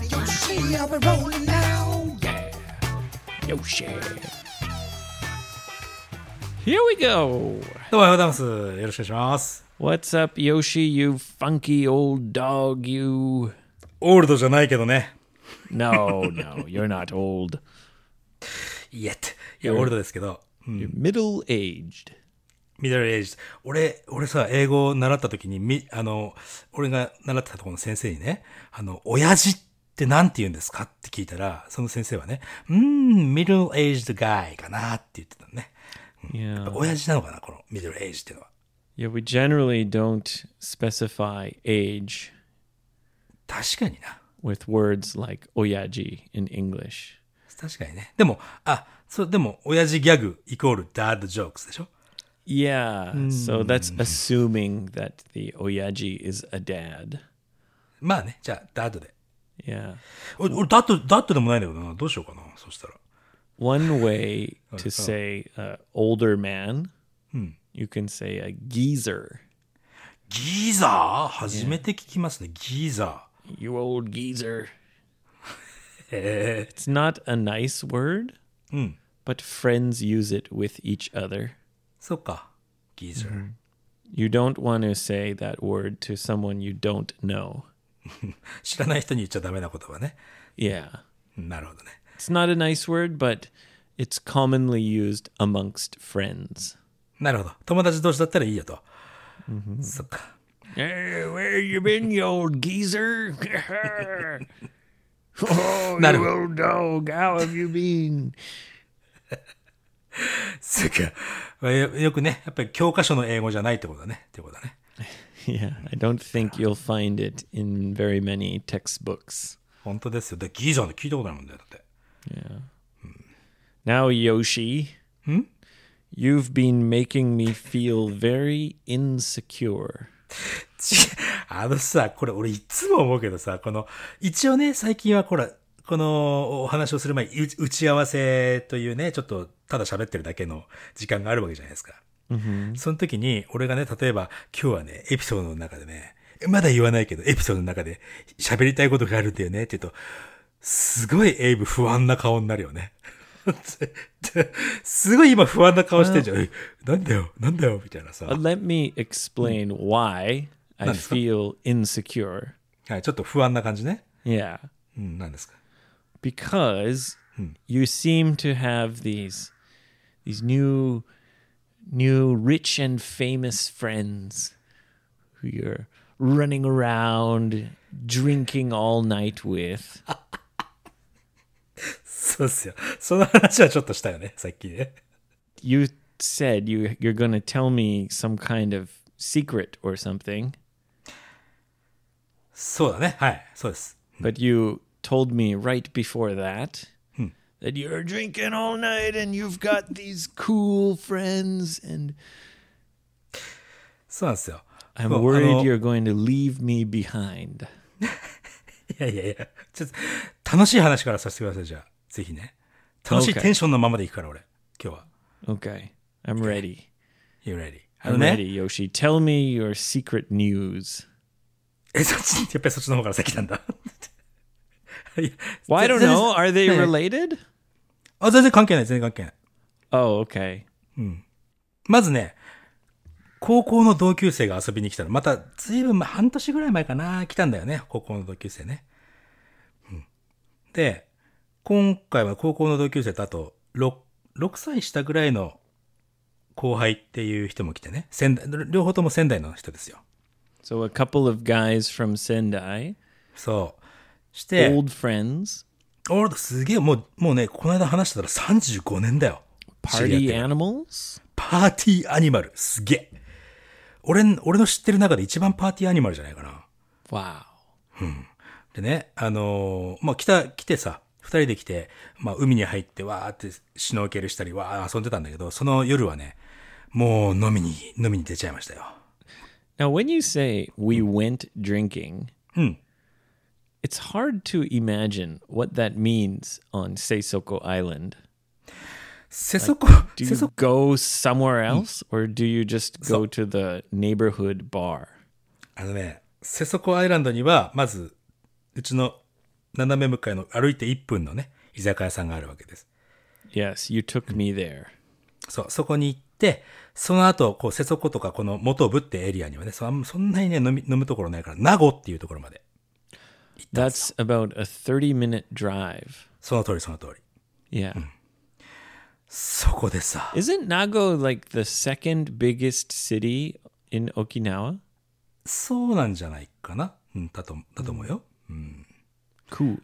We up and rolling now. Yeah. Yo, shit. Here we go. どうもおはようございます。よろしくお願いします。 What's up, Yoshi? You funky old dog. You. オールドじゃないけどね。 No, no, you're not old. いや、いや、オールドですけど。 You're middle aged. ミドルエイジ。俺、俺さ、英語を習った時に、み、あの、俺が習ってたところの先生にね、あの、親父って何て言うんですかって聞いたら、その先生はね、うーん、ミドルエイジドガイかなって言ってたのね。 Yeah. 親父なのかなこのミドルエイジっていうのは。 Yeah, we generally don't specify age 確かにな。 with words like oyaji in English. 確かにね。でも、あ、そう、でも、親父ギャグイコールダッドジョークスでしょ Yeah, so that's assuming that the oyaji is a dad. まあね、じゃあ、ダッドで。 Yeah. お俺、ダッド、ダッドでもないんだけどな。どうしようかな。そしたら。 One way to say uh, older man, you can say a geezer. ギーザー初めて聞きますね。ギーザ You old geezer. ー。へ It's not a nice word, え。うん。 but friends use it with each other. そっか。ギーザー。 You don't want to say that word to someone you don't know. 知らない人に言っちゃダメな言葉ね。 Yeah. なるほどね。 It's not a nice word, but it's commonly used amongst friends. なるほど。友達同士だったらいいよと。そっか。 Hey, where you been, you old geezer? oh, Not a- old dog, how have you been? そっか。まあよよくね、やっぱり教科書の英語じゃないってことだね。ってことだね。 Yeah, I don't think you'll find it in very many textbooks. 本当ですよ。で、ギーザーって聞いたことないもんだよ。だって。 Now, Yoshi, you've been making me feel very insecure. ち あのさ、これ俺いつも思うけどさ、この、一応ね、最近はほら、このお話をする前にう打ち合わせというね、ちょっとただ喋ってるだけの時間があるわけじゃないですか。その時に、俺がね、例えば、今日はね、エピソードの中でね、まだ言わないけど、エピソードの中で喋りたいことがあるんだよねって言うと、すごいエイブ不安な顔になるよね。 すごい今不安な顔してんじゃん。えなんだよ、なんだよ、みたいなさ。 But Uh, let me explain why I Nice. feel insecure. はい、ちょっと不安な感じね。 Yeah, うん、なんですか。 because you seem to have these these new new rich and famous friends who you're running around drinking all night with. そうっすよ。その話はちょっとしたよね、さっきね。 you said you you're going to tell me some kind of secret or something, そうだね。はい。そうです。 but you told me right before that that you're drinking all night and you've got these cool friends and そうなんですよ。 I'm そう worried あの you're going to leave me behind. いやいやいや。ちょっと、楽しい話からさせてください、じゃあ。ぜひね。楽しい Okay テンションのままでいくから、俺。今日は。 Okay. I'm ready. You ready? あ I'm ready, のね。 Yoshi. Tell me your secret news. え、そっち、やっぱりそっちの方から先なんだ。いや Well, I 全 don't 然 know. Are they ね related? あ、全然関係ない、全然関係ない。 Oh, okay. まずね、高校の同級生が遊びに来たの。また、ずいぶん前半年ぐらい前かな、来たんだよね。高校の同級生ね。うん、で、今回は高校の同級生とあと6、6歳下ぐらいの後輩っていう人も来てね。仙台、両方とも仙台の人ですよ。 So a couple of guys from Sendai, そう。して、 old friends, 俺すげえ、もう、もうね、この間話してたら35年だよ。知り合 party ってから animals. パーティーアニマル。すげえ。俺ん、俺の知ってる中で一番パーティーアニマルじゃないかな。 Wow. でね、あのーまあ、来た、来てさ、二人で来て、まあ、海に入ってわーってシュノーケルしたり、わー遊んでたんだけど、その夜はね、もう飲みに、飲みに出ちゃいましたよ。 Now, when you say we went drinking, Hmm. it's hard to imagine what that means on Seisoko Island. せそこ、 Do せそ you go somewhere else or do you just go to the neighborhood bar? あのね、セソコアイランドには、まず、うちの斜め向かいの歩いて1分のね、居酒屋さんがあるわけです。 Yes, you took me there. そう、そこに行って、その後、こう、瀬底とかこの元部ってエリアにはね、そんそんなにね飲み、飲むところないから、名護っていうところまで。 That's about a 30 minute drive. その通り、その通り。 Yeah. そこでさ、 Isn't Nago like the second biggest city in Okinawa? そうなんじゃないかな。うん、だと、だと思うよ。 Cool.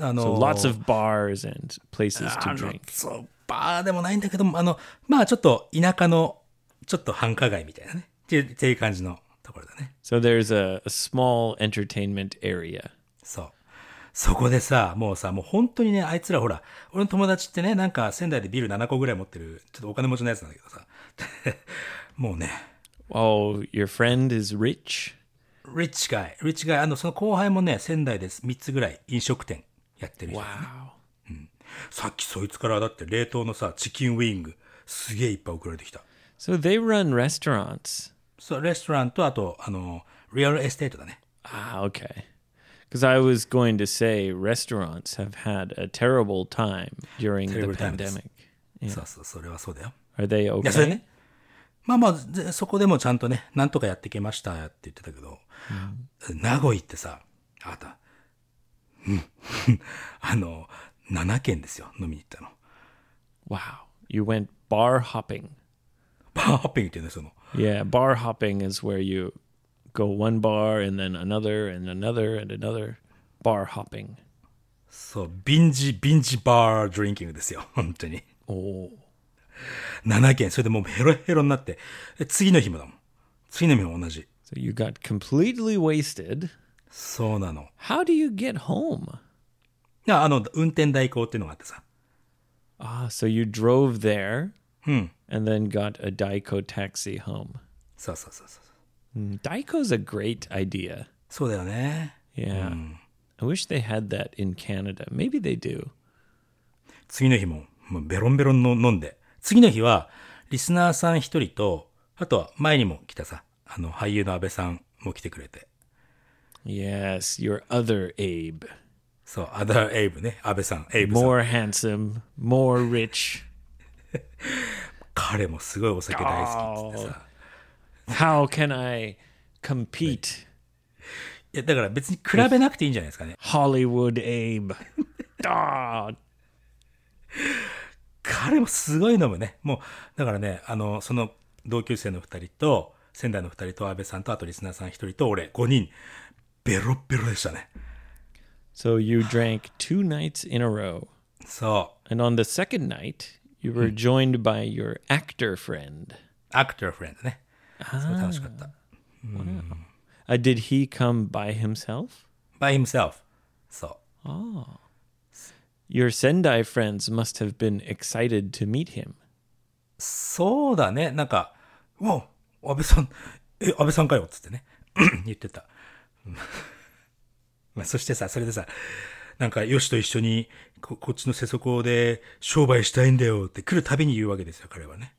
あ So のー lots of bars and places to drink. そう、バーでもないんだけども、あの、まあちょっと田舎の、ちょっと繁華街みたいなね。っていうっていう感じのところだね。 So there's a, a small entertainment area. そう。そこでさ、もうさ、もう本当にね、あいつらほら、俺の友達ってね、なんか仙台でビール7個ぐらい持ってる、ちょっとお金持ちのやつなんだけどさ。 もうね、 Oh, your friend is rich? リッチガイ、リッチガイ、あの、その後輩もね、仙台で3つぐらい飲食店やってる人。 Wow. さっきそいつからだって冷凍のさ、チキンウィング、すげえいっぱい送られてきた。 So they run restaurants. そう、レストランと、あと、あの、リアルエステートだね。 Ah, okay. Because I was going to say restaurants have had a terrible time during Terrible the times. pandemic. そうそう、それはそうだよ。 Are they いや、それ okay? ね。まあまあ、ぜそこでもちゃんとね、なんとかやってきましたって言ってたけど、名古屋ってさ、あなた、うん あの、7軒ですよ、飲みに行ったの。 Wow. You went bar hopping. バーハッピングっていうね、その、 Yeah, bar hopping is where you go one bar and then another and another and another. Bar hopping. そう、ビンジ、ビンジバードリンキングですよ、本当に。 Oh. 7軒、それでもうヘロヘロになって、で次の日もだもん。次の日も同じ。 So you got completely wasted. そうなの。 How do you get home? いやあの、運転代行っていうのがあってさ、 Ah, so you drove there and then got a Daiko taxi home. そうそうそうそう。Hmm. Mm, Daiko's a great idea. そうだよね。 Yeah. I wish they had that in Canada. Maybe they do. 次の日も、もうベロンベロンの飲んで。次の日は、リスナーさん一人と、あとは前にも来たさ、あの、俳優の安倍さんも来てくれて。 Yes, your other Abe. そう、アダーエイブね、安倍さん、エイブさん。 More handsome, more rich. 彼もすごいお酒大好きって言ってさ。 How can I compete? いや、だから別に比べなくていいんじゃないですかね。 Hollywood Abe. Ah, 彼もすごい飲むね。もう、だからね、あの、その同級生の二人と、仙台の二人と安倍さんと、あとリスナーさん一人と、俺、五人、ベロッベロでしたね。 So you drank two nights in a row. そう。 And on the second night, you were joined by your actor friend. アクターフレンドね。すごい楽しかった。 Uh, did he come by himself? by himself. そう。 Your Sendai friends must have been excited to meet him. そうだね。なんか、うわ、安倍さん、え、安倍さんかよっつってね。 言ってた。まあ、そしてさ、それでさ、なんか、よしと一緒に、こ、こっちの世俗で商売したいんだよって来るたびに言うわけですよ、彼はね。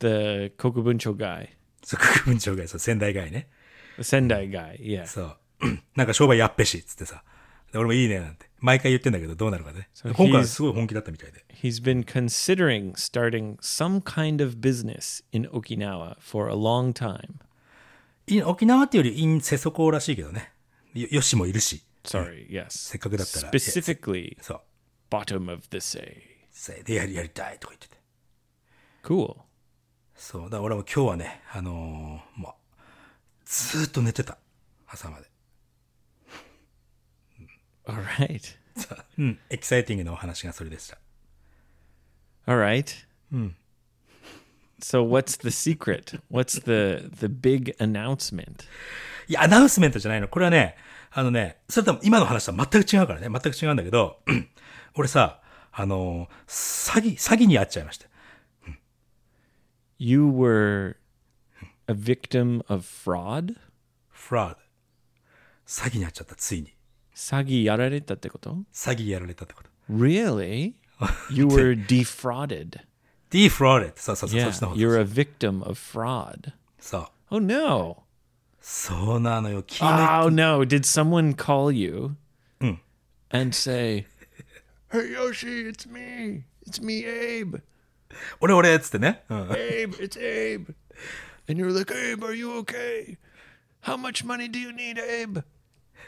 The Kokubuncho guy, そう、国分町外、そう、仙台外ね。 the Sendai guy. Yeah. そう。 なんか商売やっぺし、つってさ。で俺もいいね、なんて。毎回言ってんだけど、どうなるかね。 So 今回は he's- すごい本気だったみたいで。 He's been considering starting some kind of business in Okinawa for a long time. い沖縄っていうより、イン世俗らしいけどね。よ、よしもいるし。 Sorry, yes. せっかくだったら。 Specifically, そう。 bottom of the sea. それでやりやりたいとか言ってて。 Cool. そう。だから俺も今日はね、あのー、まあ、ずーっと寝てた。朝まで。 All right. そううん。エキサイティングなお話がそれでした。 All right. So what's the secret? What's the the big announcement? いや、アナウンスメントじゃないの。これはね、あのね、それとも今の話とは全く違うからね。全く違うんだけど、うん俺さ、あのー、詐欺、詐欺に遭っちゃいました。 You were a victim of fraud? フラード。詐欺に遭っちゃった、ついに。詐欺やられたってこと？詐欺やられたってこと。 Really? You were defrauded. d e f r a u d e そうそうそう、そ Yeah, っちの方 you're a victim of fraud. そう。 Oh no. そうなのよ。気抜い Oh no, did someone call you and say, Hey, Yoshi, it's me. It's me, Abe. 俺俺っつってね。うん。 Abe, it's Abe. And you're like, Abe, are you okay? How much money do you need, Abe?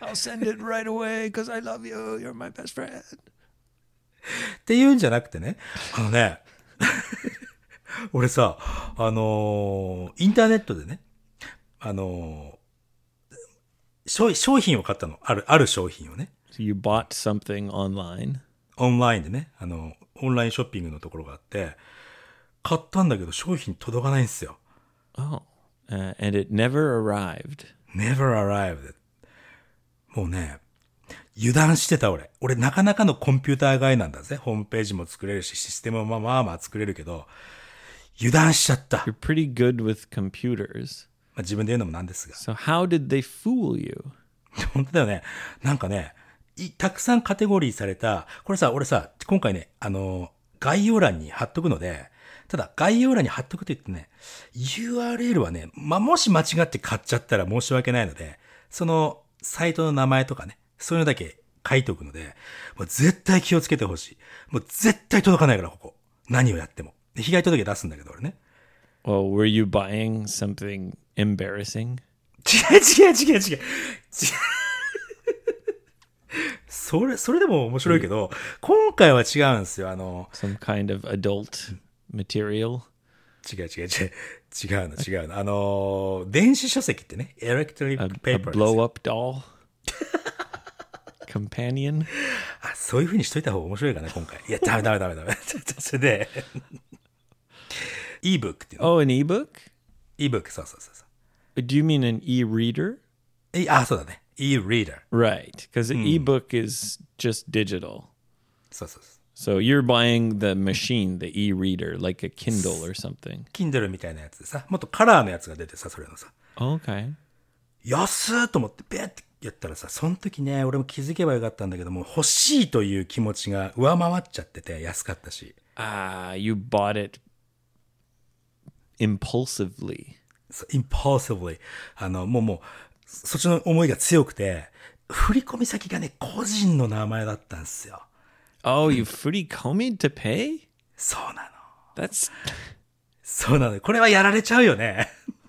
I'll send it right away because I love you. You're my best friend. っていうんじゃなくてね、あのね、俺さ、あのーインターネットでね、あのー商商品を買ったの。ある、ある商品をね。 So you bought something online. オンラインでね、あの、オンラインショッピングのところがあって、買ったんだけど商品届かないんですよ。 Oh. Uh, and it never arrived. never arrived. もうね、油断してた俺。俺なかなかのコンピューター外なんだぜ。ホームページも作れるし、システムもまあまあまあ作れるけど、油断しちゃった。ま You're pretty good with computers. あ、自分で言うのもなんですが。 So how did they fool you? 本当だよね。なんかね、いたくさんカテゴリーされた、これさ、俺さ、今回ね、あの、概要欄に貼っとくので、ただ概要欄に貼っとくと言ってね、URL はね、まあ、もし間違って買っちゃったら申し訳ないので、そのサイトの名前とかね、そういうのだけ書いておくので、もう絶対気をつけてほしい。もう絶対届かないから、ここ。何をやっても。で被害届出すんだけど、俺ね。 Well, were you buying something embarrassing? 違う違う違う違う。違うそれ、それでも面白いけど、今回は違うんですよ。あの、 Some kind of adult material? 違う違う違う。違うの違うの。あの、電子書籍ってね、エレクトリッ A, ク a ペーパーですよ blow up doll? Companion? あそういう風にしといた方が面白いかな、今回。いや、ダメダメダメダメ。それで、ebook っていうの。 Oh, an ebook? ebook、そうそうそうそう。 Do you mean an e-reader? えあ、そうだね。e-reader。 Right, because an ebook is just digital. そうそうそう。 So you're buying the machine, the e-reader, like a Kindle or something. Kindle みたいなやつでさ、もっとカラーのやつが出てさ、それのさ。 Okay. 安っと思って、べってやったらさ、その時ね、俺も気づけばよかったんだけども、欲しいという気持ちが上回っちゃってて、安かったし。 Ah, you bought it impulsively. そう impulsively。あの、もうもう、そっちの思いが強くて、振り込み先がね、個人の名前だったんですよ。 Oh, you furikomi to pay? そうなの。 That's そうなの。これはやられちゃうよね。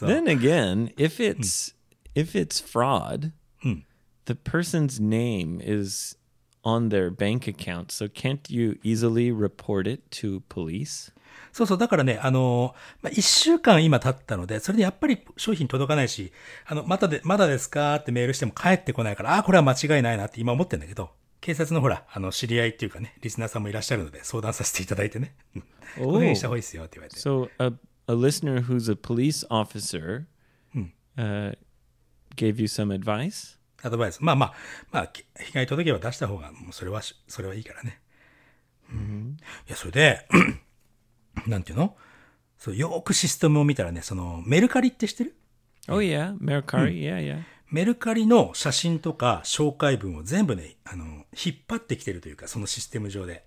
then again, if it's if it's fraud, the person's name is on their bank account, so can't you easily report it to police? そうそう、だからね、あのーまあ、一週間今経ったので、それでやっぱり商品届かないし、あの、まだで、まだですかってメールしても帰ってこないから、ああ、これは間違いないなって今思ってんだけど、警察のほら、あの、知り合いっていうかね、リスナーさんもいらっしゃるので、相談させていただいてね。このようにした方がいいですよって言われて。Oh. So a a listener who's a police officer uh, gave you some advice. アドバイス。まあまあ、まあ、け被害届は出した方が、もうそれはし、それはいいからね。いや、それで、 なんていうのそう、よーくシステムを見たらね、その、メルカリって知ってる Oh yeah, Hmm. Mercari. Yeah, yeah. メルカリの写真とか紹介文を全部ね、あの、引っ張ってきてるというか、そのシステム上で。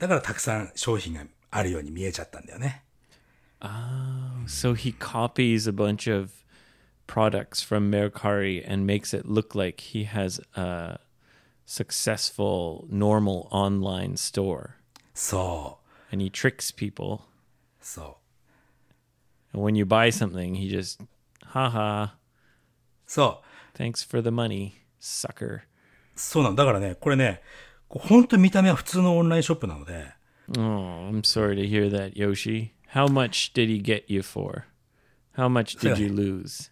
だからたくさん商品があるように見えちゃったんだよね。 So he copies a bunch of products from Mercari and makes it look like he has a successful normal online store そう。 and he tricks people. そう。 And when you buy something, he just haha, そう。 thanks for the money, sucker. そうなの。だからね、これね、こう本当に見た目は普通のオンラインショップなので、 Oh, I'm sorry to hear that, Yoshi. How much did he get you for? How much did you lose?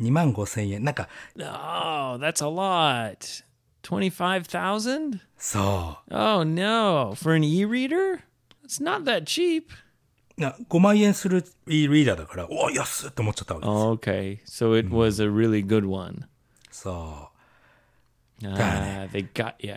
2万5千円。なんか、 Oh, that's a lot. 25,000? そ Oh no, for an e-reader? It's not that cheap. う。な5万円する e リーダーだから、おお、安っと思っちゃったわけです。 Okay, so it was a really good one. そう。 Ah, they got you.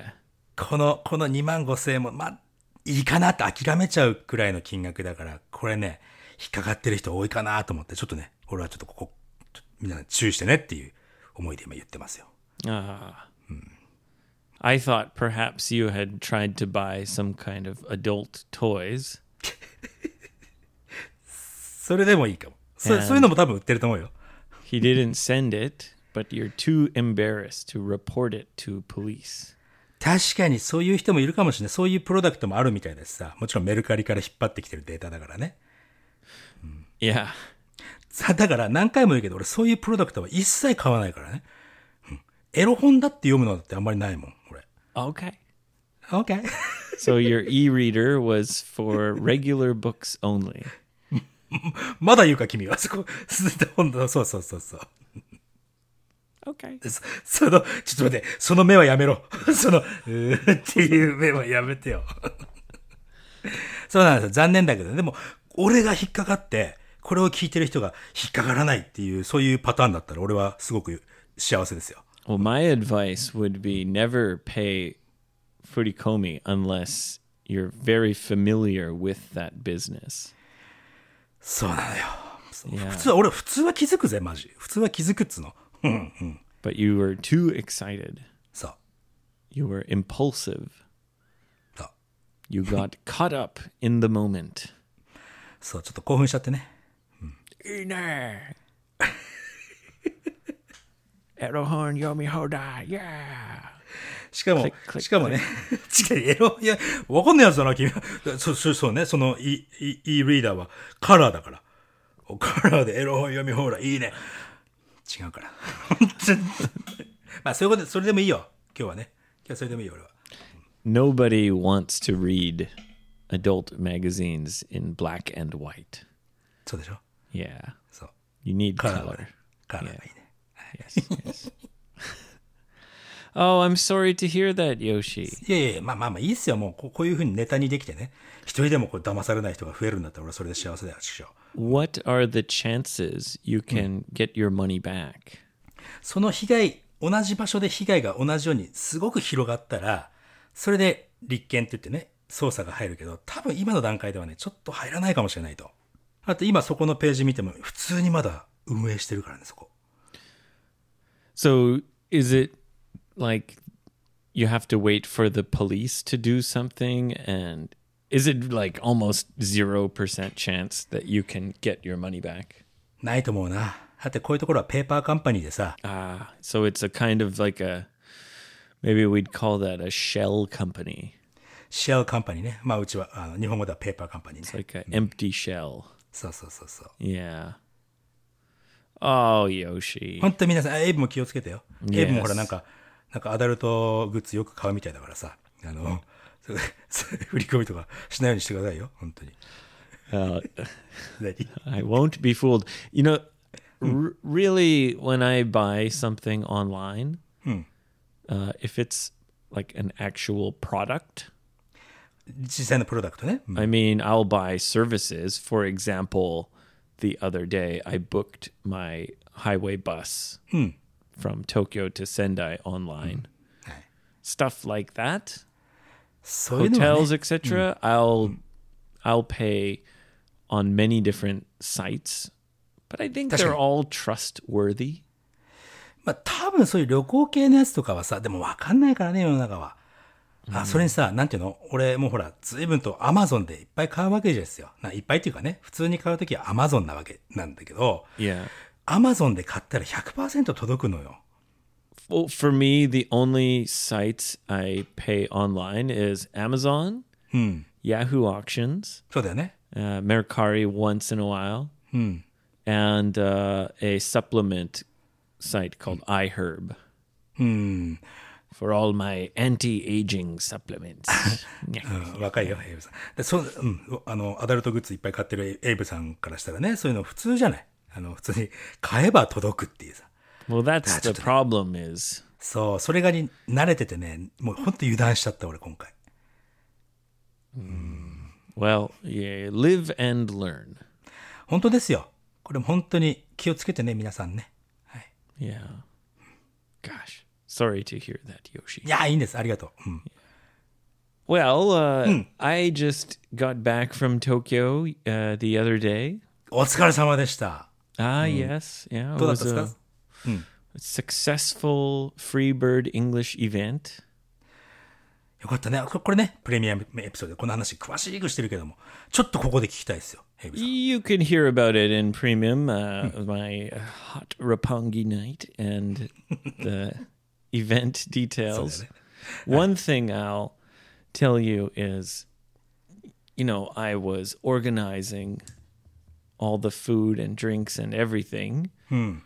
この、この2万5千円も、まあ、いいかなって諦めちゃうくらいの金額だから、これね、引っかかってる人多いかなと思って、ちょっとね、俺はちょっとここ、ちょみんな注意してねっていう思いで今言ってますよ。 Ah. I thought perhaps you had tried to buy some kind of adult toys. それでもいいかも。そうんそういうのも多分売ってると思うよ。 He didn't send it, but you're too embarrassed to report it to police. 確かにそういう人もいるかもしれない。そういうプロダクトもあるみたいですさ。もちろんメルカリから引っ張ってきてるデータだからね。 Yeah. さ、だから何回も言うけど、俺そういうプロダクトは一切買わないからね。うん、エロ本だって読むのだってあんまりないもん、俺。 Okay. OK。 So your e-reader was for regular books only. まだ言うか、君は。そ こ、本当そうそうそうそう。 Okay. そその、ちょっと待って、その目はやめろ。 その、うーっていう目はやめてよ。 そうなんですよ。残念だけどね。でも、俺が引っかかって、これを聞いてる人が引っかからないっていう、そういうパターンだったら、俺はすごく幸せですよ。 Well, my advice would be never pay Furikomi unless you're very familiar with that business. そうなのよ。普通は、俺、普通は気づくぜ、マジ。普通は気づくっつうの。うんうん。 But you were too excited. そう。 You were impulsive. そう。 You got caught up in the moment. そう、ちょっと興奮しちゃってね。 Ina. Erohorn Yomi Hoda. Yeah. しかもリック、リックしかもね、 しかにエロ、いや、わかんないやつだな、君は。 そう、そう、そうね、その E、E、E リーダーはカラーだから。おカラーでエロ本読み放題、いいね。違うから。 本当にまあ、そういうことで、それでもいいよ。今日はね。今日はそれでもいいよ、俺は。 Nobody wants to read adult magazines in black and white. そうでしょ Yeah. そう。 You need カラーが color. ね。カラーがいいね。 Yes, yes. oh, I'm sorry to hear that, Yoshi. いやいやいやまあまあまあ、いいっすよ。もうこう、こういうふうにネタにできてね。一人でもこう、騙されない人が増えるんだったら、俺はそれで幸せだよ、師匠。 What are the chances you can get your money back? その被害、同じ場所で被害が同じようにすごく広がったら、それで立件って言ってね、捜査が入るけど、多分今の段階ではね、ちょっと入らないかもしれないと。あと今そこのページ見ても、普通にまだ運営してるからね、そこ。 So, is it like you have to wait for the police to do something? And is it like almost 0% chance that you can get your money back? ないと思うな。だってこういうところはペーパーカンパニーでさ、 Ah, so it's a kind of like a maybe we'd call that a shell company, シェアカンパニーね。まあうちは、あの日本語ではペーパーカンパニーね。 like an empty shell. そうそうそうそう。 Yeah. Oh, Yoshi. 本当に皆さん、あエイブも気をつけてよ。 Yes. エイブもほら、なんか、なんかアダルトグッズよく買うみたいだからさ、あの、 そそ振り込みとかしないようにしてくださいよ、本当に。 Uh, 何 I won't be fooled. You know, r- really, when I buy something online, uh, if it's like an actual product, 実際のプロダクトね。うん I mean, I'll buy services. For example, the other day I booked my highway bus from Tokyo to Sendai online. Stuff like that, そういうのは、 hotels, ね、 etc. I'll I'll pay on many different sites, but I think they're all trustworthy. まあ多分そういう旅行系のやつとかはさ、でもわかんないからね、世の中は。あ、それにさ、なんていうの俺もうほら、随分とアマゾンでいっぱい買うわけですよ。ないっぱいっていうかね、普通に買うときはアマゾンなわけなんだけど、 Yeah. アマゾンで買ったら100%届くのよ。 Well, for me, the only sites I pay online is Amazon, Yahoo Auctions, そうだよね。 uh, Mercari once in a while, and uh, a supplement site called iHerb. For all my anti-aging supplements. うん若いよ、エイブさん。で、そう、うん、あの、アダルトグッズいっぱい買ってるエイブさんからしたらね、そういうの普通じゃない。あの、普通に買えば届くっていうさ。 well, that's the problem. Is そう、それがに慣れててね、もうほんと油断しちゃった、俺今回。 well, yeah, live and learn. 本当ですよ。これも本当に気をつけてね、皆さんね。はい。 Yeah. Gosh, sorry to hear that, Yoshi. いや、いいんです。ありがとう。うん。 Well, uh, I just got back from Tokyo uh, the other day. お疲れ様でした。 Ah, yes, yeah, it どうだっ was たですか a successful Freebird English event. よかったね。ここれね、プレミアムエピソードでこの話詳しくしてるけども、ちょっとここで聞きたいですよ、ヘイブさん。 You can hear about it in premium, uh, my hot Rapongi night and the event details. One thing I'll tell you is, you know, I was organizing all the food and drinks and everything, and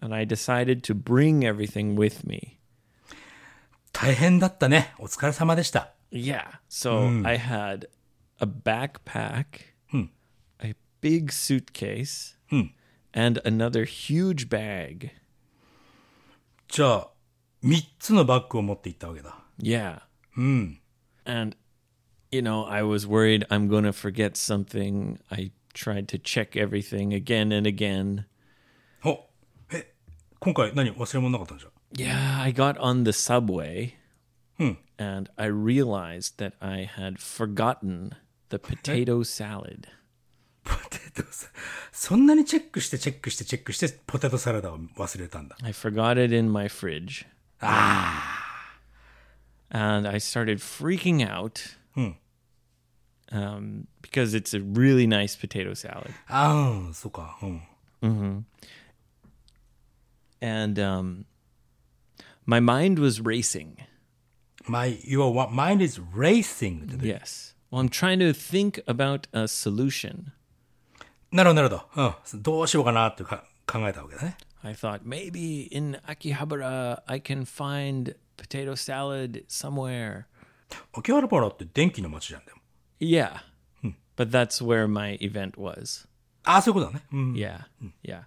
I decided to bring everything with me. 大変だったね。お疲れ様でした。 Yeah. So I had a backpack, a big suitcase, and another huge bag. じゃあ、3つのバッグを持って行ったわけだ。 Yeah. And, you know, I was worried I'm going to forget something. I tried to check everything again and again. お、え、今回何忘れ物なかったんじゃ。 Yeah. I got on the subway うん。 and I realized that I had forgotten the potato salad. ポテトサそんなにチェックしてチェックしてチェックしてポテトサラダを忘れたんだ。 I forgot it in my fridge. Ah. And I started freaking out. Um, because it's a really nice potato salad. あうん、そうか。うん。 And um, my mind was racing. My, your wa- mind is racing. Yes. Well, I'm trying to think about a solution. なるほど、なるほど。うん。どうしようかなってか考えたわけだね。 I thought maybe in Akihabara I can find potato salad somewhere. 秋葉原って電気の街じゃん、でも。 Yeah. But that's where my event was. ああ、そういうことだね。うん。 Yeah, yeah.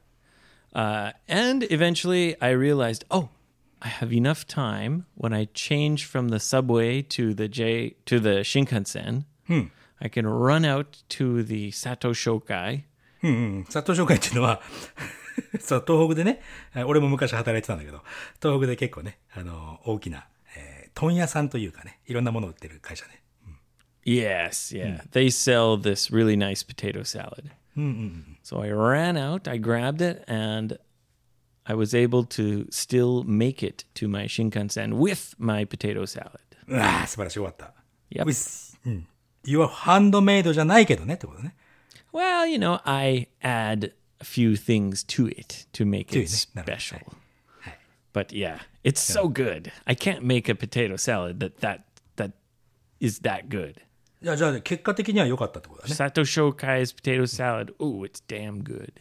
Uh, and eventually I realized, oh, I have enough time when I change from the subway to the J to the Shinkansen. I can run out to the Sato Shokai. 佐藤商会っていうのは、 そう、東北でね、あ俺も昔働いてたんだけど、東北で結構ね、あの、大きな、えー、問屋さんというかね、いろんなものを売ってる会社ね。 Yes, yeah. They sell this really nice potato salad. So I ran out, I grabbed it, and I was able to still make it to my Shinkansen with my potato salad. うわあ、素晴らしい、終わった。 Yep. With- うん。Your handmade じゃないけどねってことね。 Well, you know, I add a few things to it to make it it, no, no, special. But yeah, it's so good. I can't make a potato salad that that that is that good. いや、じゃあ、結果的には良かったってことだね。 Sato Shokai's potato salad. Ooh, it's damn good.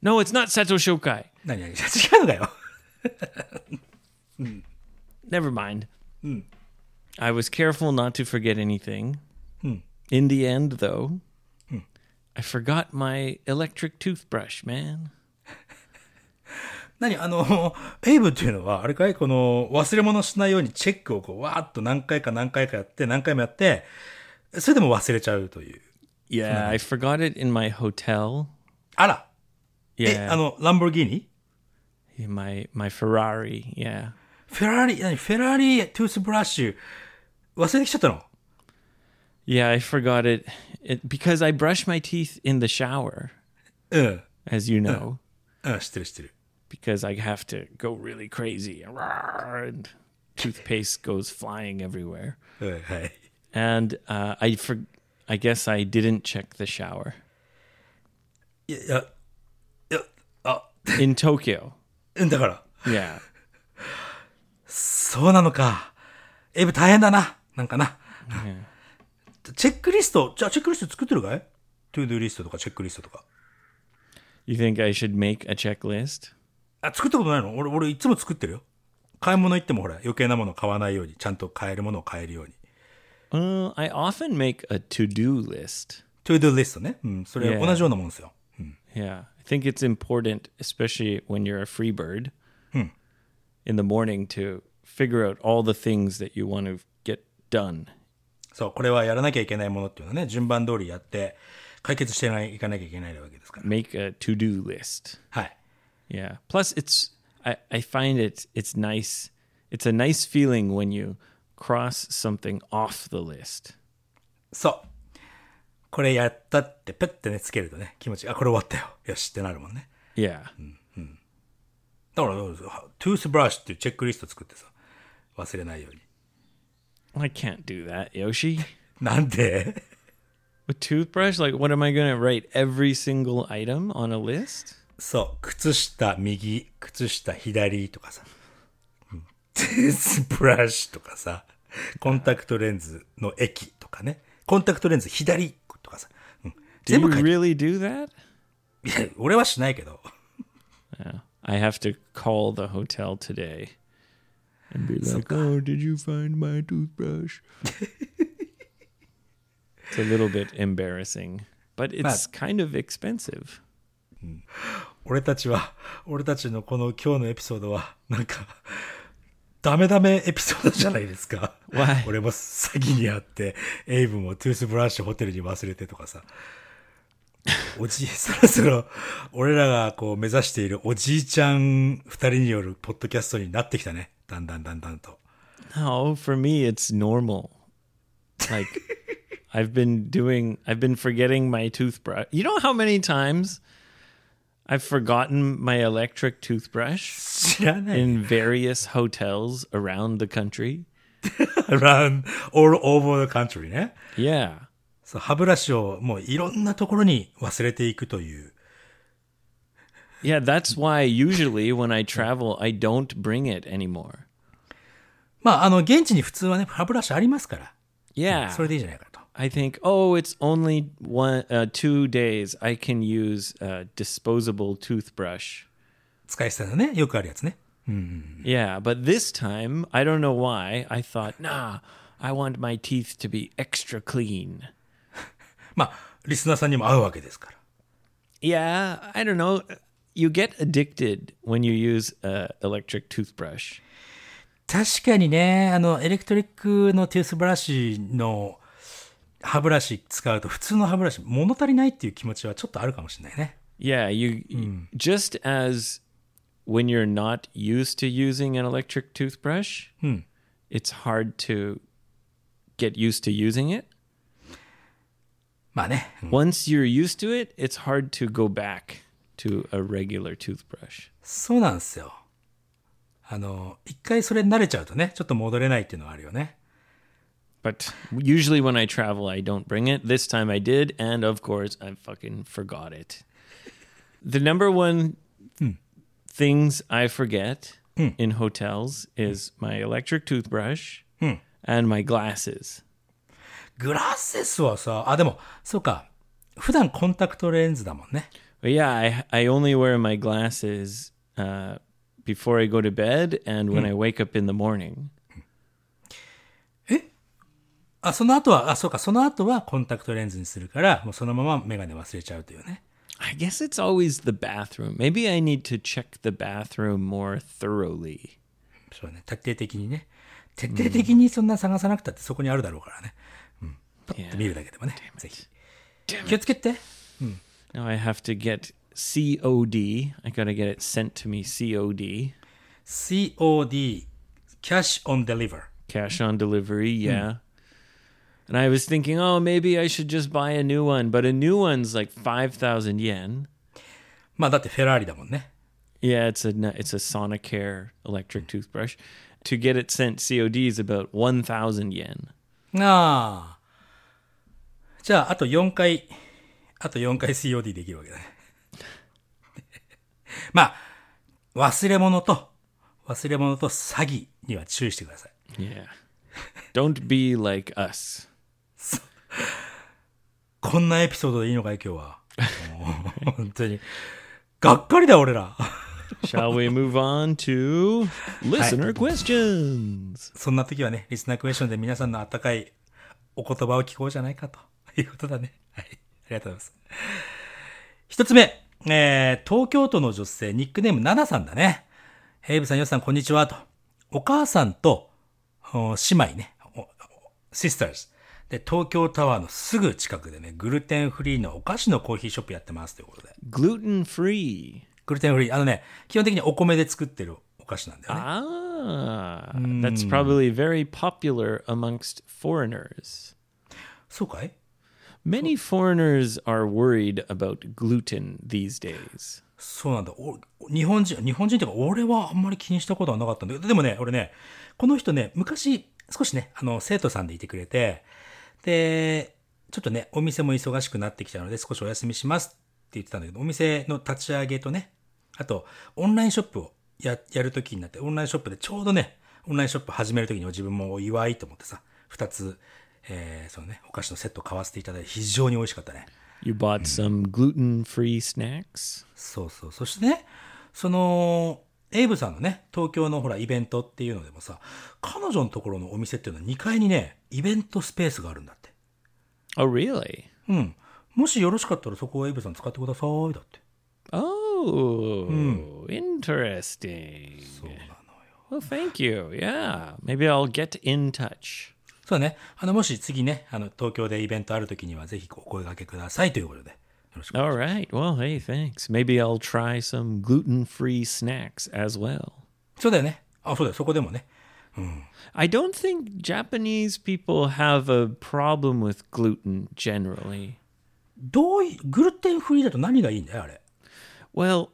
No, it's not Sato Shokai. 何 何違うのかよ。 Never mind. I was careful not to forget anything. In the end, though, I forgot my electric toothbrush, man. 何あの、エイブっていうのは、あれかいこの、忘れ物しないようにチェックをこう、わーっと何回か何回かやって、何回もやって、それでも忘れちゃうという。 Yeah, I forgot it in my hotel. あらえ、 Yeah, あの、ランボルギーニ in my my Ferrari. Yeah, フェラーリ、何フェラーリトゥースブラッシュ、忘れてきちゃったの yeah, I forgot it, it because I brush my teeth in the shower, うん。 as you know, うん、知ってる知ってる。 because I have to go really crazy and, roar, and toothpaste goes flying everywhere. うん、はい。 And uh, I for, I guess I didn't check the shower いや、いや、いやあ、 in Tokyo. うん、だから、 Yeah, そうなのか。エイブ大変だな。なんかな。チェックリスト、じゃあチェックリスト作ってるかいトゥードゥーリストとかチェックリストとか。 you think I should make a checklist? あ、作ったことないの俺、俺いつも作ってるよ。買い物行ってもほら、余計なもの買わないように、ちゃんと買えるものを買えるように。 Uh, I often make a to do list. トゥードゥーリストね。うん、それ Yeah. 同じようなもんですよ。 Yeah, I think it's important, especially when you're a free bird, in the morning to figure out all the things that you want to get done. そう、これはやらなきゃいけないものっていうのはね、順番通りやって、解決してない、いかなきゃいけないわけですから。 Make a to-do list. はい。 Yeah. Plus, it's I, I find it it's nice. It's a nice feeling when you cross something off the list. そう。これやったって、ペッてね、つけるとね、気持ち、あ、これ終わったよ。よしってなるもんね。 Yeah. だから、トゥースブラシっていうチェックリスト作ってさ、忘れないように。 I can't do that, Yoshi. なんで With toothbrush, like, what am I going to write every single item on a list? そう、靴下右、靴下左とかさ、ティスブラシとかさ、コンタクトレンズの液とかね、コンタクトレンズ左とかさ、うん Do 全 you 部書いて really do that? いや、俺はしないけど、 Yeah. I have to call the hotel today and be like, "Oh, did you find my toothbrush?" it's a little bit embarrassing, but it's kind of expensive. 俺たちは、俺たちのこの今日のエピソードは、なんか、ダメダメエピソードじゃないですか。 Why? 俺も詐欺にあって、エイブもトゥースブラシホテルに忘れてとかさ。おじい、 そろそろ、俺らがこう目指しているおじいちゃん二人によるポッドキャストになってきたね。だんだんだんだんと。 No, for me it's normal. Like I've been doing I've been forgetting my toothbrush. You know how many times I've forgotten my electric toothbrush 知らない。 in various hotels around the country? around all over the country ね。 Yeah. そう、歯ブラシをもういろんなところに忘れていくという。 Yeah, that's why usually when I travel, I don't bring it anymore. まあ、あの、現地に普通はね、歯ブラシありますから。 Yeah. それでいいじゃないかと。 I think, oh, it's only one, uh, two days. I can use a disposable toothbrush. 使い捨てのね、よくあるやつね。 Yeah, but this time, I don't know why, I thought, nah, I want my teeth to be extra clean. まあ、リスナーさんにも合うわけですから。 Yeah, I don't know. You get addicted when you use an electric toothbrush. 確かにね、あの、エレクトリックのティースブラシの歯ブラシ使うと普通の歯ブラシ物足りないっていう気持ちはちょっとあるかもしれないね。 Yeah, you just as when you're not used to using an electric toothbrush, it's hard to get used to using it. まあね。うん Once you're used to it, it's hard to go back to a regular toothbrush. そうなんですよ。あの、一回それに慣れちゃうとね、ちょっと戻れないっていうのはあるよね。 But usually when I travel, I don't bring it. This time I did, and of course, I fucking forgot it. The number one things I forget in hotels is my electric toothbrush and my glasses. グラセスはさ、あ、でも、そうか。普段コンタクトレンズだもんね。 But yeah, I, I only wear my glasses uh, before I go to bed and when I wake up in the morning. あ、その後は、あ、そうか、その後はコンタクトレンズにするから、もうそのままメガネ忘れちゃうというね。 I guess it's always the bathroom. Maybe I need to check the bathroom more thoroughly. そうね、徹底的にね。徹底的にそんな探さなくたってそこにあるだろうからね。うん。パッと見るだけでもね、ぜひ。気をつけて。 Now I have to get COD. I got to get it sent to me COD. COD、Cash on Deliver。 Cash on delivery, yeah. And I was thinking, oh, maybe I should just buy a new one, but a new one's like 5,000 yen. まあだってフェラーリだもんね。 Yeah, it's a it's a Sonicare electric toothbrush. To get it sent COD is about 1000 yen. ああ。じゃあ、あと4回、あと4回 COD できるわけだね。 まあ、忘れ物と、忘れ物と詐欺には注意してください。 Yeah. Don't be like us. こんなエピソードでいいのかい今日は。もう本当に。がっかりだ、俺ら。 Shall we move on to listener questions? そんな時はね、リスナークエスチョンで皆さんの温かいお言葉を聞こうじゃないかということだね。 はい。ありがとうございます。一つ目、えー、東京都の女性、ニックネームナナさんだね。ヘイブさん、ヨシさん、こんにちは、と。お母さんと、お姉妹ね、シスターズ。で、東京タワーのすぐ近くでね、グルテンフリーのお菓子のコーヒーショップやってますということで。 Gluten free. グルテンフリー。あのね、基本的にお米で作ってるお菓子なんだよね。 Ah, that's probably very popular amongst foreigners. そうかい Many foreigners are worried about gluten these days. そうなんだ。お日本人、日本人っていうか、俺はあんまり気にしたことはなかったんだけど、でもね、俺ね、この人ね、昔、少しね、あの、生徒さんでいてくれて、で、ちょっとね、お店も忙しくなってきたので少しお休みしますって言ってたんだけど、お店の立ち上げとね、あと、オンラインショップをや、やるときになって、オンラインショップでちょうどね、オンラインショップ始めるときには自分もお祝いと思ってさ、二つ、えー、そのね、お菓子のセット買わせていただいて、非常に美味しかったね。 You bought some gluten free snacks? そうそう。そしてね、その、エイブさんのね、東京のほら、イベントっていうのでもさ、彼女のところのお店っていうのは2階にね、イベントスペースがあるんだって。 Oh, really? うん。もしよろしかったらそこをエイブさん使ってください、だって。 Oh, interesting. そうなのよ。 Well, thank you. Yeah. Maybe I'll get in touch. そうだね。あの、もし次ね、あの、東京でイベントあるときには、ぜひお声掛けくださいということで。よろしく。 All right. Well, hey, thanks. Maybe I'll try some gluten free snacks as well. そうだよね。あ、そうだよ。そこでもね。 I don't think Japanese people have a problem with gluten generally. どうい、グルテンフリーだと何がいいんだよ、あれ。 Well,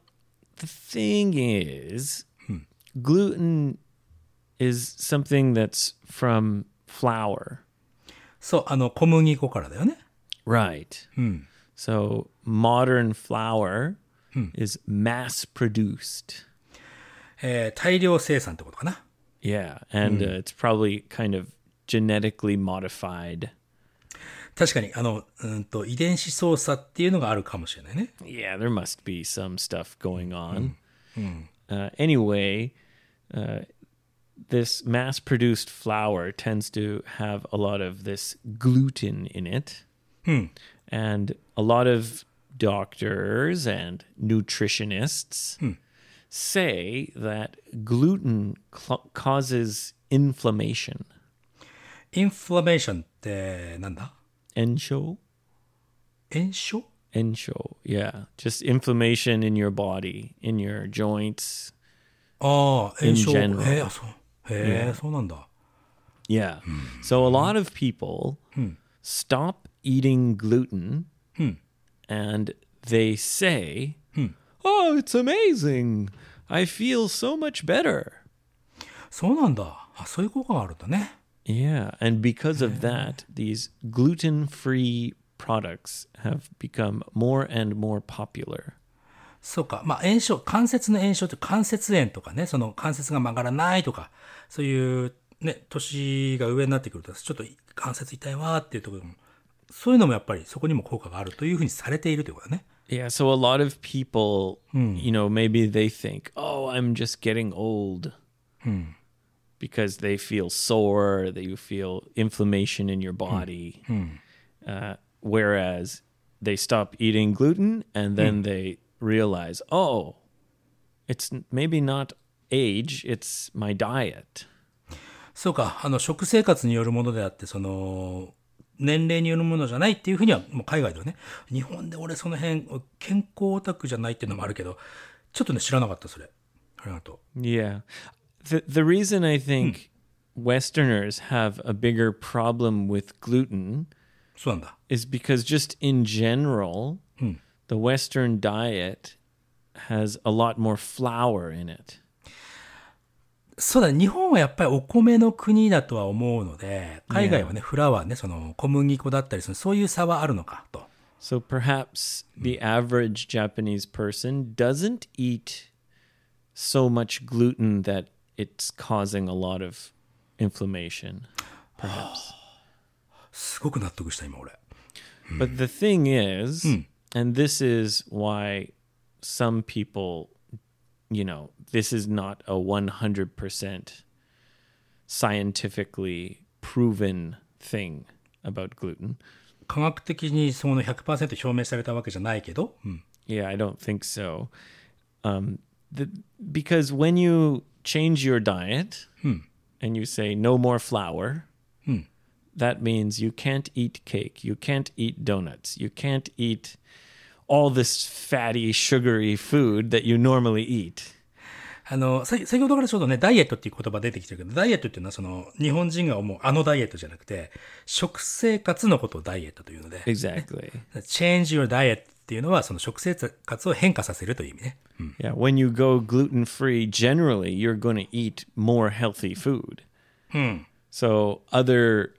the thing is, gluten is something that's from flour. そう、あの、小麦粉からだよね。 Right. Hmm. So modern flour is mass produced. えー大量生産ってことかな。 Yeah. And uh, it's probably kind of genetically modified. 確かに、あの、うんと、遺伝子操作っていうのがあるかもしれないね。 Yeah, there must be some stuff going on. Uh, anyway, uh, this mass produced flour tends to have a lot of this gluten in it. And a lot of doctors and nutritionists say that gluten cl- causes inflammation. インフラメーションって、なんだ Ensho? 炎症 Ensho, yeah. Just inflammation in your body, in your joints. ああ、炎症。 In general. えー、あそう。へえ、そうなんだ。 Yeah. So a lot of people stop eating gluten and they say, Oh, it's amazing. I feel so much better. そうなんだ。あ、そういう効果があるんだね。 Yeah. And because of that, these gluten free products have become more and more popular. そうか。まあ、炎症、関節の炎症って関節炎とかね、その関節が曲がらないとか、そういう、ね、年が上になってくると、ちょっと関節痛いわーっていうところも、そういうのもやっぱりそこにも効果があるというふうにされているということだね。 Yeah, so a lot of people, you know, maybe they think, "Oh, I'm just getting old," because they feel sore, they feel inflammation in your body. Uh, whereas they stop eating gluten, and then they realize, "Oh, it's n- maybe not age; it's my diet." そうか、あの、食生活によるものであって、その、年齢によるものじゃないっていうふうには、もう海外ではね、日本で俺その辺、健康オタクじゃないっていうのもあるけど、ちょっとね、知らなかった、それ。ありがと Yeah. The the reason I think Westerners have a bigger problem with gluten. う。そうなんだ。 is because just in general, the Western diet has a lot more flour in it. そうだね、日本はやっぱりお米の国だとは思うので、海外はね、フラワーね、その、小麦粉だったりする、そういう差はあるのか、と。 So perhaps the average Japanese person doesn't eat so much gluten that it's causing a lot of inflammation. すごく納得した、今俺。 But the thing is, and this is why some people, you know, this is not a 100% scientifically proven thing about gluten. 科学的にその100%表明されたわけじゃないけど、うん。 Yeah, I don't think so. Um, the, because when you change your diet and you say no more flour, that means you can't eat cake, you can't eat donuts, you can't eat all this fatty, sugary food that you normally eat. あの、さ先ほどからちょうどね、ダイエットっていう言葉出てきてるけど、ダイエットっていうのはその、日本人が思うあのダイエットじゃなくて、食生活のことをダイエットというので、 Exactly. change your diet っていうのは、その食生活を変化させるという意味ね。 Yeah, when you go gluten free, generally you're going to eat more healthy food. So other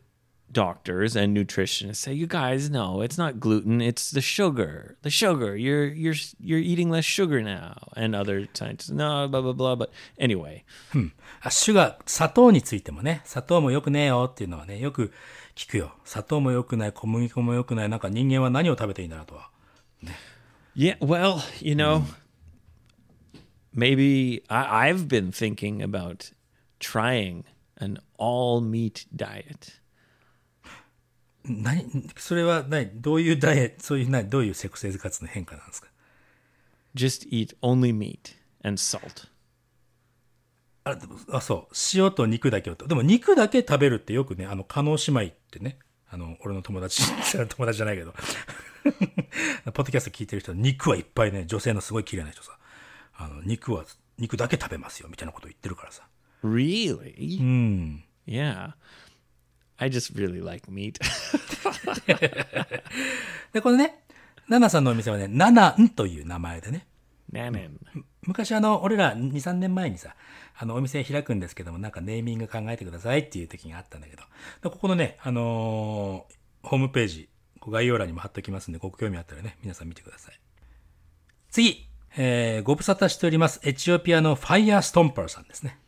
doctors and nutritionists say, "You guys, no, it's not gluten. It's the sugar. The sugar. You're you're you're eating less sugar now." And other scientists, no, blah blah blah. But anyway, あ、シュガー、砂糖についてもね、砂糖も良くねえよっていうのはね、よく聞くよ。砂糖も良くない、小麦粉も良くない、なんか人間は何を食べていいんだなとは。 yeah, well, you know, maybe I, I've been thinking about trying an all meat diet. 何、それは何、どういうダイエット、そういう何、どういうセク生活の変化なんですか Just eat only meat and salt. あ、でもあそう。塩と肉だけをと。でも肉だけ食べるってよくね、あの、加納姉妹ってね、あの、俺の友達、 友達じゃないけど、 ポッドキャスト聞いてる人、肉はいっぱいね、女性のすごい綺麗な人さ、あの、肉は、肉だけ食べますよ、みたいなこと言ってるからさ。 Really? Hmm. Yeah. I just really like meat. で、このね、ナナさんのお店はね、ナナンという名前でね、 Nanan. 昔あの、俺ら2、3年前にさ、あの、お店開くんですけども、なんかネーミング考えてくださいっていう時があったんだけど、でここのね、あのーホームページ、こう概要欄にも貼っときますんで、ご興味あったらね、皆さん見てください。次、えー、ご無沙汰しております、エチオピアのファイヤーストンパーさんですね。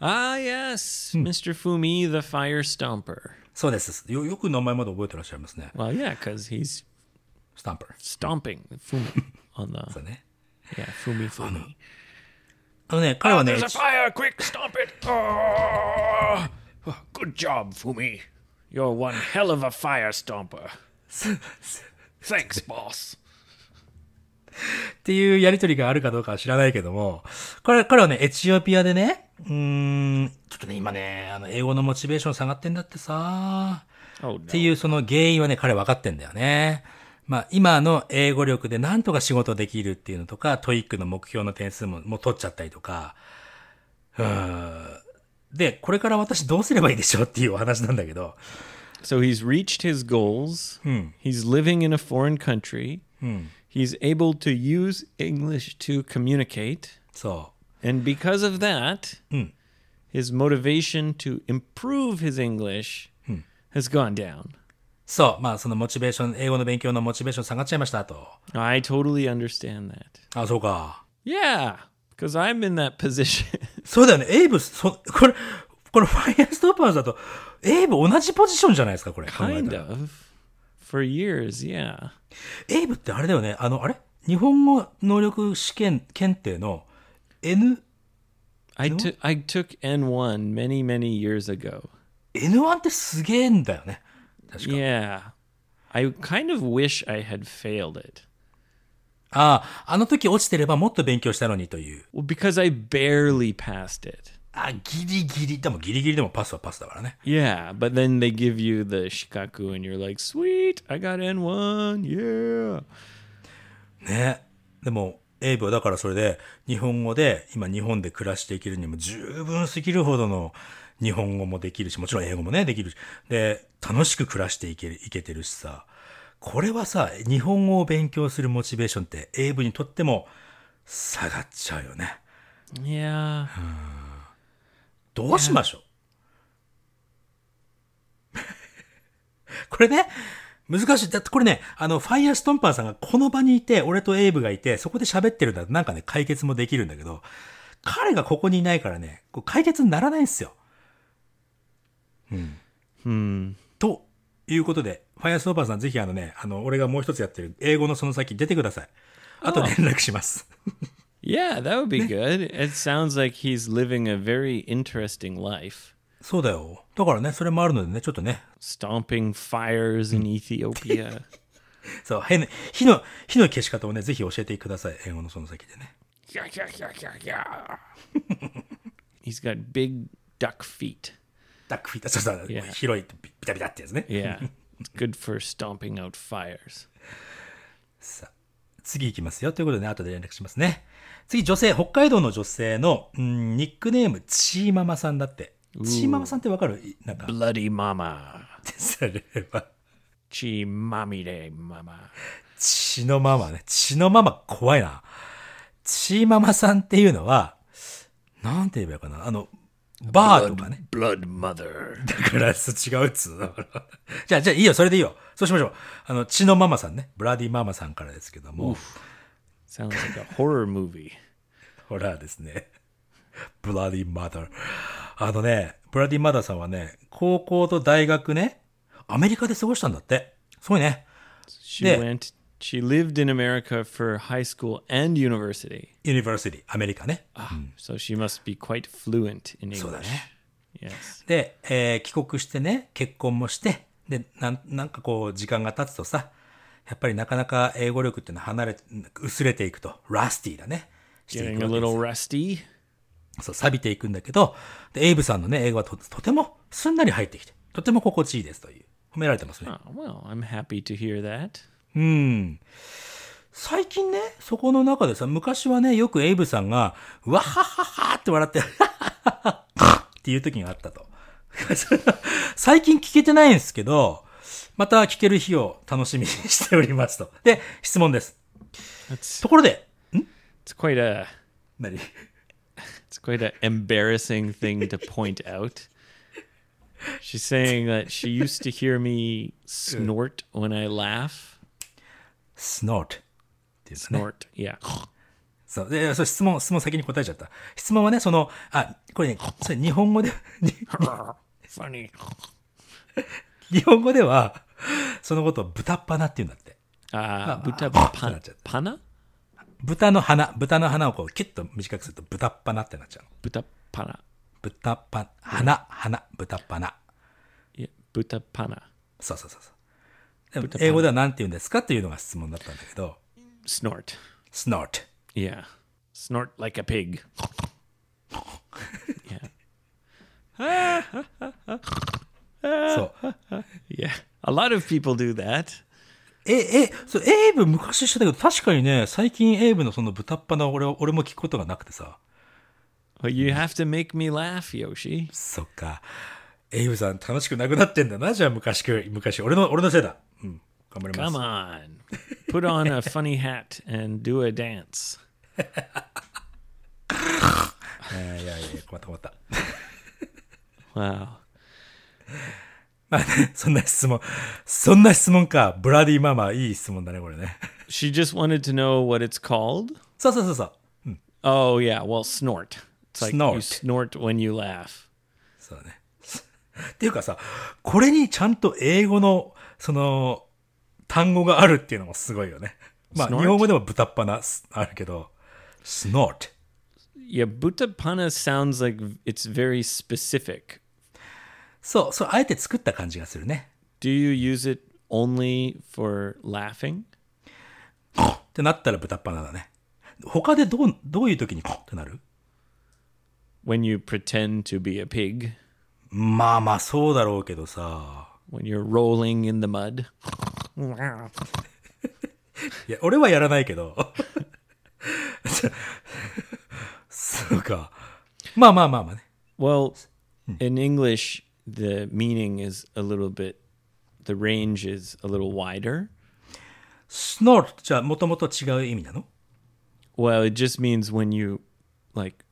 Ah, yes. Mr. Fumi, the fire stomper. そうです。よ、よく名前まで覚えてらっしゃいますね。 Well, yeah, because he's スタンパー。 stomping Fumi on the. そうね。 Yeah, Fumi Fumi. あのね、彼はね、 fire! Quick, stomp it! Oh, good job, Fumi. You're one hell of a fire stomper. Thanks, boss. っていうやりとりがあるかどうかは知らないけども、彼彼はね、エチオピアでね、うーん、ちょっとね、今ね、あの、英語のモチベーション下がってんだってさ、 Oh, no. っていうその原因はね、彼分かってんだよね。まあ、今の英語力でなんとか仕事できるっていうのとか、トイックの目標の点数ももう取っちゃったりとか、うーん。で、これから私どうすればいいでしょうっていうお話なんだけど、 So he's reached his goals. He's living in a foreign country. He's able to use English to communicate. そう。 And because of that, his motivation to improve his English has gone down. そう。まあ、そのモチベーション、英語の勉強のモチベーション下がっちゃいましたと。 I totally understand that. あ、そうか。 Yeah, because I'm in that position. そうだよね。エイブ、そ、これ、これファイアストーパーズだと、エイブ同じポジションじゃないですか、これ。考 kind えたら of. For years, yeah. エイブってあれだよね。あの、あれ日本語能力試験検定の N、 I, took I took N1 many, many years ago. N1 ってすげえんだよね。確か。 Yeah. I kind of wish I had failed it. ああ、あの時落ちてればもっと勉強したのにという。 Well, because I barely passed it. あ、ギリギリ。でもギリギリでもパスはパスだからね。 Yeah, but then they give you the shikaku and you're like, sweet, I got N1, yeah. ね。でも、エイブはだからそれで、日本語で、今日本で暮らしていけるにも十分すぎるほどの日本語もできるし、もちろん英語もね、できるし。で、楽しく暮らしていける、いけてるしさ。これはさ、日本語を勉強するモチベーションって、エイブにとっても下がっちゃうよね。 Yeah. どうしましょう これね、難しい。だってこれね、あの、ファイヤーストンパーさんがこの場にいて、俺とエイブがいて、そこで喋ってるんだとなんかね、解決もできるんだけど、彼がここにいないからね、こう解決にならないんですよ。うん。ということで、ファイヤーストンパーさんぜひあのね、あの、俺がもう一つやってる英語のその先出てください。あと連絡します。 Yeah, that would be good. It sounds like he's living a very interesting life, そうだよ。だからね、それもあるのでね、ちょっとね、 stomping fires in Ethiopia. そう、変な、火の、火の消し方をね、ぜひ教えてください。英語のその先でね。 he's got big duck feet. ダックフィーター、そうそう、 Yeah. 広いとビタビタってやつね。 Yeah, it's good for stomping out fires. 次行きますよ。ということでね、後で連絡しますね。次、女性、北海道の女性の、うんニックネーム、チーママさんだって。チーママさんってわかるいなんか、 Bloody mama. それは、 Chi mamire mama. 血のママね。血のママ怖いな。血ママさんっていうのは、なんて言えばいいかな。あの、バーとかね。 Blood Mother. だから、そ違うっつうのじゃあ、じゃあいいよ、それでいいよ。そうしましょう。あの、血のママさんね。ブラディママさんからですけども、 Sounds like a horror movie. ホラーですね。ブラディマダー。あのね、ブラディマダーさんはね、高校と大学ね、アメリカで過ごしたんだって。すごいね。 She Yeah. went. She lived in America for high school and university, Ah, ユニバーシティ、アメリカね。 so she must be quite fluent in そうだ English. ね。 Yes. で、えー帰国してね、結婚もして、で、なん、なんかこう、時間が経つとさ、やっぱりなかなか英語力っていうのは離れ、薄れていくと、ラスティだね。してい Getting a くわけです little rusty. そう、錆びていくんだけど、で、エイブさんのね、英語はととてもすんなり入ってきて、とても心地いいですという、褒められてますね。 Oh, well, I'm happy to hear that. うん。最近ね、そこの中でさ、昔はね、よくエイブさんが、わはははって笑って、 っていう時があったと。 最近聞けてないんですけど、また聞ける日を楽しみにしておりますと。で、質問です。 That's ところで、 it's quite a 何 it's quite an embarrassing thing to point out. She's saying that she used to hear me snort when I laugh. snort っていうかね。 Snort, yeah. そう。で、そう、質問、質問先に答えちゃった。質問はね、その、あ、これね、それ日本語で、 に Funny. 日本語では、そのことを豚っ鼻って言うんだって。 Uh, buta Ah, pan, ah. pana? 豚の鼻、豚の鼻をこう、キュッと短くすると豚っ鼻ってなっちゃうの。 Buta pana. 豚っ鼻、鼻、鼻、豚っ鼻。 Yeah, buta pana. そうそうそうそう。でも英語では何て言うんですかっていうのが質問だったんだけど、 Snort. snort。 Yeah. Snort like a pig. yeah. そう。 Yeah. A lot of people do that. え、え、そう、エイブ昔してたけど、確かにね、最近エイブのその豚っ鼻を俺は、俺も聞くことがなくてさ。 Well, you have to make me laugh, Yoshi. そっか。エイブさん楽しくなくなってんだな、じゃあ昔く、昔。俺の、俺のせいだ。うん。頑張ります。 Come on. Put on a funny hat and do a dance. えーいやいや、困った困った。 Wow. まあね、そんな質問。そんな質問か。ブラディママ、いい質問だね、これね。 She just wanted to know what it's called. そうそうそうそう。 Oh, yeah. Well, snort. It's like you Snort. snort when you laugh. そうだね。っていうかさ、これにちゃんと英語の、その、単語があるっていうのもすごいよね。まあ、日 Snort？本語でも豚っ鼻すあるけど、snort。 Yeah, butapana sounds like it's very specific. そう、そう、あえて作った感じがするね。 Do you use it only for laughing? ってなったら豚っ鼻だね。他でどう、どういう時にコンってなる When you pretend to be a pig? まあまあそうだろうけどさ。 When you're rolling in the mud? いや、俺はやらないけど。そうか。まあまあまあまあね。 Well, in English, the meaning is a little bit, the range is a little wider. snort じゃあもともと違う意味なの Well, it just means when you, like,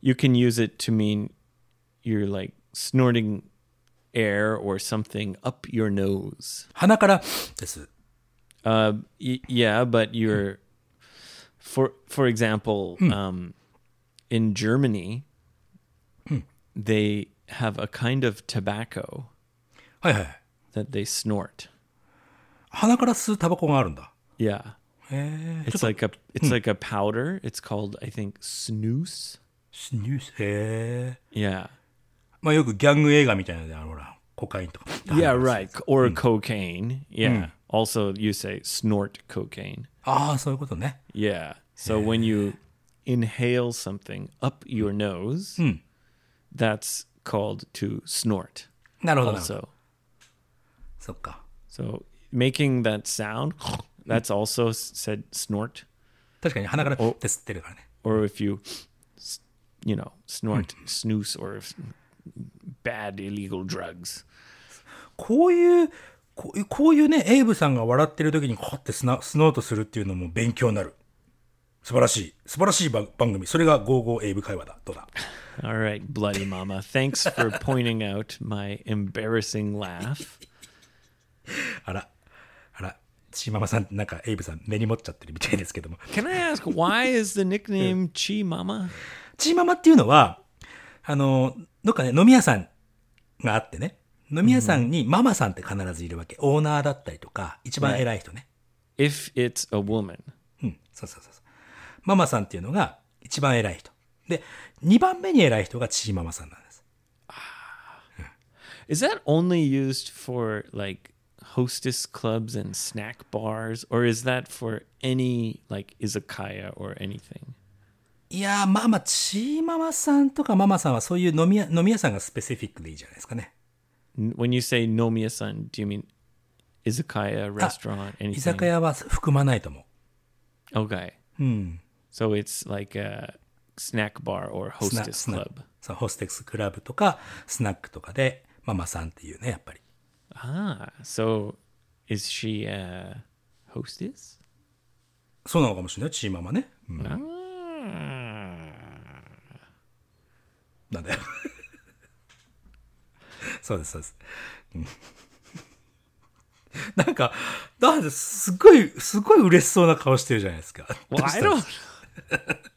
you can use it to mean you're like snorting air or something up your nose. 鼻からです。 Uh, y- yeah, but you're, for for example, um, in Germany, they have a kind of tobacco はいはい。 that they snort. 鼻から吸うタバコがあるんだ。 Yeah. It's like a it's like a powder. It's called I think snus. スニュース。へえ。 Yeah. まあよくギャング映画みたいなので、あのほら、コカインとか。 Yeah, right. Or cocaine. Yeah. Also you say snort cocaine. ああ、そういうことね。 Yeah. So when you inhale something up your nose, that's called to snort なるほどなるほど。 also. そっか。 So making that sound, that's also s- said snort. 確かに鼻からって吸ってるからね。 Or if you, s- you know, snort snus or s- bad illegal drugs. こういう、こうこういうね、エイブさんが笑ってる時にこうやってスナスノーとするっていうのも勉強になる。素晴らしい、素晴らしい番番組。それが55英語会話だ。どうだ All right, Bloody Mama. Thanks for pointing out my embarrassing laugh. あら、あら、ちままさん、なんかエイブさん、根に持っちゃってるみたいですけども。 Can I ask why is the nickname Chi Mama? チーママっていうのは、あの、どっかね、飲み屋さんがあってね、飲み屋さんにママさんって必ずいるわけ。オーナーだったりとか、一番偉い人ね。 If it's a woman. うん、そうそうそうそう。ママさんっていうのが一番偉い人。で、二番目に偉い人がチーママさんなんです。 Is that only used for like hostess clubs and snack bars, or is that for any like izakaya or anything? いやー、まあまあ、チーママさんとかママさんはそういう飲み屋、飲み屋さんがスペシフィックでいいじゃないですかね。 N- When you say nomiya-san, do you mean izakaya, restaurant, 居 anything? 酒屋は含まないと思 Okay. う。うん。 So it's like a snack bar or スナ hostess スナ club. そうホステスクラブとか、スナックとかで、ママさんっていうね、やっぱり。 Ah, so is she a hostess? そうなのかもしれないよ、チーママね。うん Ah. なんだよ。 そうです、そうです。うん、 なんか、だってすっごい、すごい嬉しそうな顔してるじゃないですか。 Well, どうし I たんで don't. す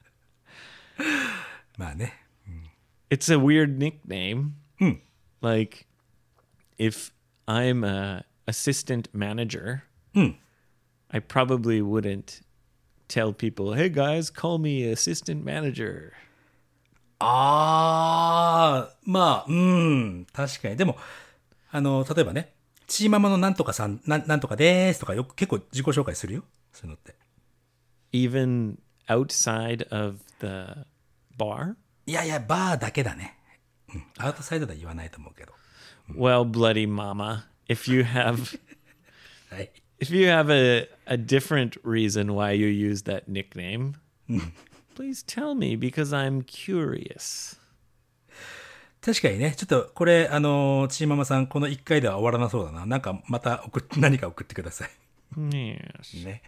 まあね。 It's a weird nickname. Hmm. Like, if I'm a assistant manager, Hmm. I probably wouldn't tell people, "Hey guys, call me assistant manager." ああ、まあ、うん、確かに。でも、あの、例えばね、チーママのなんとかさん、なんなんとかでーすとかよく結構自己紹介するよ。そういうのって。 Even outside of the bar. いやいや、バーだけだね。うん。アウトサイドでは言わないと思うけど。 Well, bloody mama, if you have. はい。 If you have a, a different reason why you use that nickname, Hmm. please tell me because I'm curious. 確かにね、ちょっとこれ、あのー、チーママさん、この1回では終わらなそうだな。なんか、また送っ、何か送ってくださ Yes. い。ね。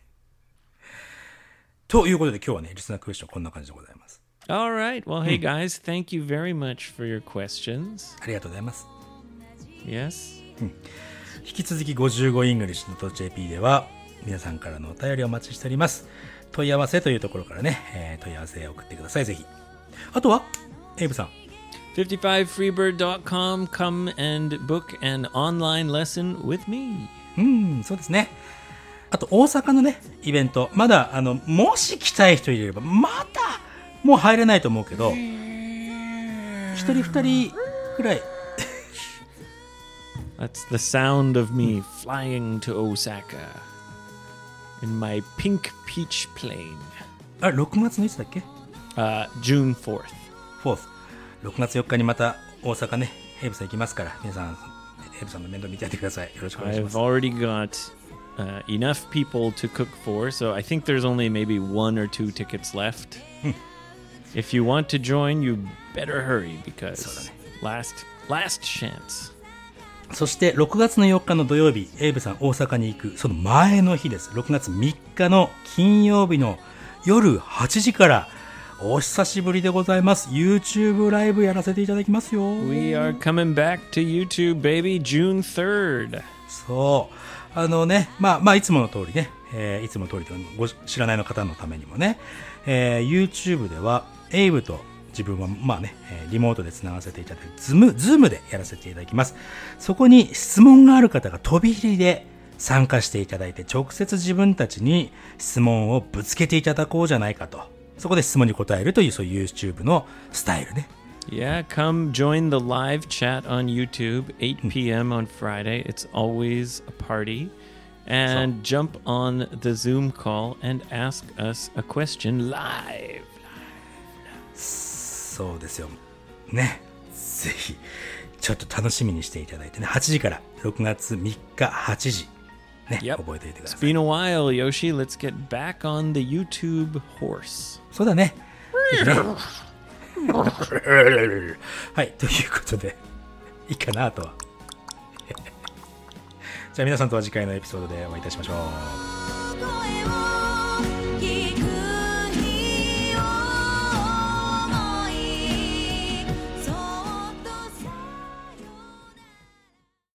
ということで、今日はね、リスナークエスチョンこんな感じでございます。 All right. Well, hey guys, thank you very much for your questions. ありがとうございます。 Yes. 引き続き55イングリッシュ .jp では、皆さんからのお便りをお待ちしております。問い合わせというところからね、えー問い合わせを送ってください、ぜひ。あとは、エイブさん。 55freebird.com. Come and book an online lesson with me. うん、そうですね。あと、大阪のね、イベント。まだ、あの、もし来たい人いれば、また、もう入れないと思うけど、一人二人くらい、 That's the sound of me flying to Osaka in my pink peach plane. あれ、6月のいつだっけ Uh, June 4th. フォース。6月4日にまた、大阪ね、エイブさん行きますから、皆さん、エイブさんの面倒見てやってください。よろしくお願いしま I've す。 already got uh, enough people to cook for, so I think there's only maybe one or two tickets left. if you want to join, you better hurry because last last chance. そして6月の4日の土曜日、エイブさん大阪に行く、その前の日です。6月3日の金曜日の夜8時から、お久しぶりでございます。YouTube ライブやらせていただきますよ。 We are coming back to YouTube, baby, June 3rd. そう。あのね、まあ、まあ、いつもの通りね、えーいつもの通りというかご知らないの方のためにもね、えー YouTube では、エイブと自分は、まあね、えーリモートで繋がせていただいて、ズーム、ズームでやらせていただきます。そこに質問がある方が飛び入りで参加していただいて、直接自分たちに質問をぶつけていただこうじゃないかと。そこで質問に答えるという、そういう YouTube のスタイルね。 Yeah, come join the live chat on YouTube, 8 p.m. on Friday. It's always a party. And jump on the Zoom call and ask us a question live. そうですよ。ね。ぜひ、ちょっと楽しみにしていただいてね。8時から、6月3日8時。ね、 Yep. 覚えておいてください。 Been a while, Yoshi. Let's get back on the YouTube horse. そうだね。ぜひね はい、ということで、いいかな、あとは。 じゃあ皆さんとは次回のエピソードでお会いいたしましょう。 「声を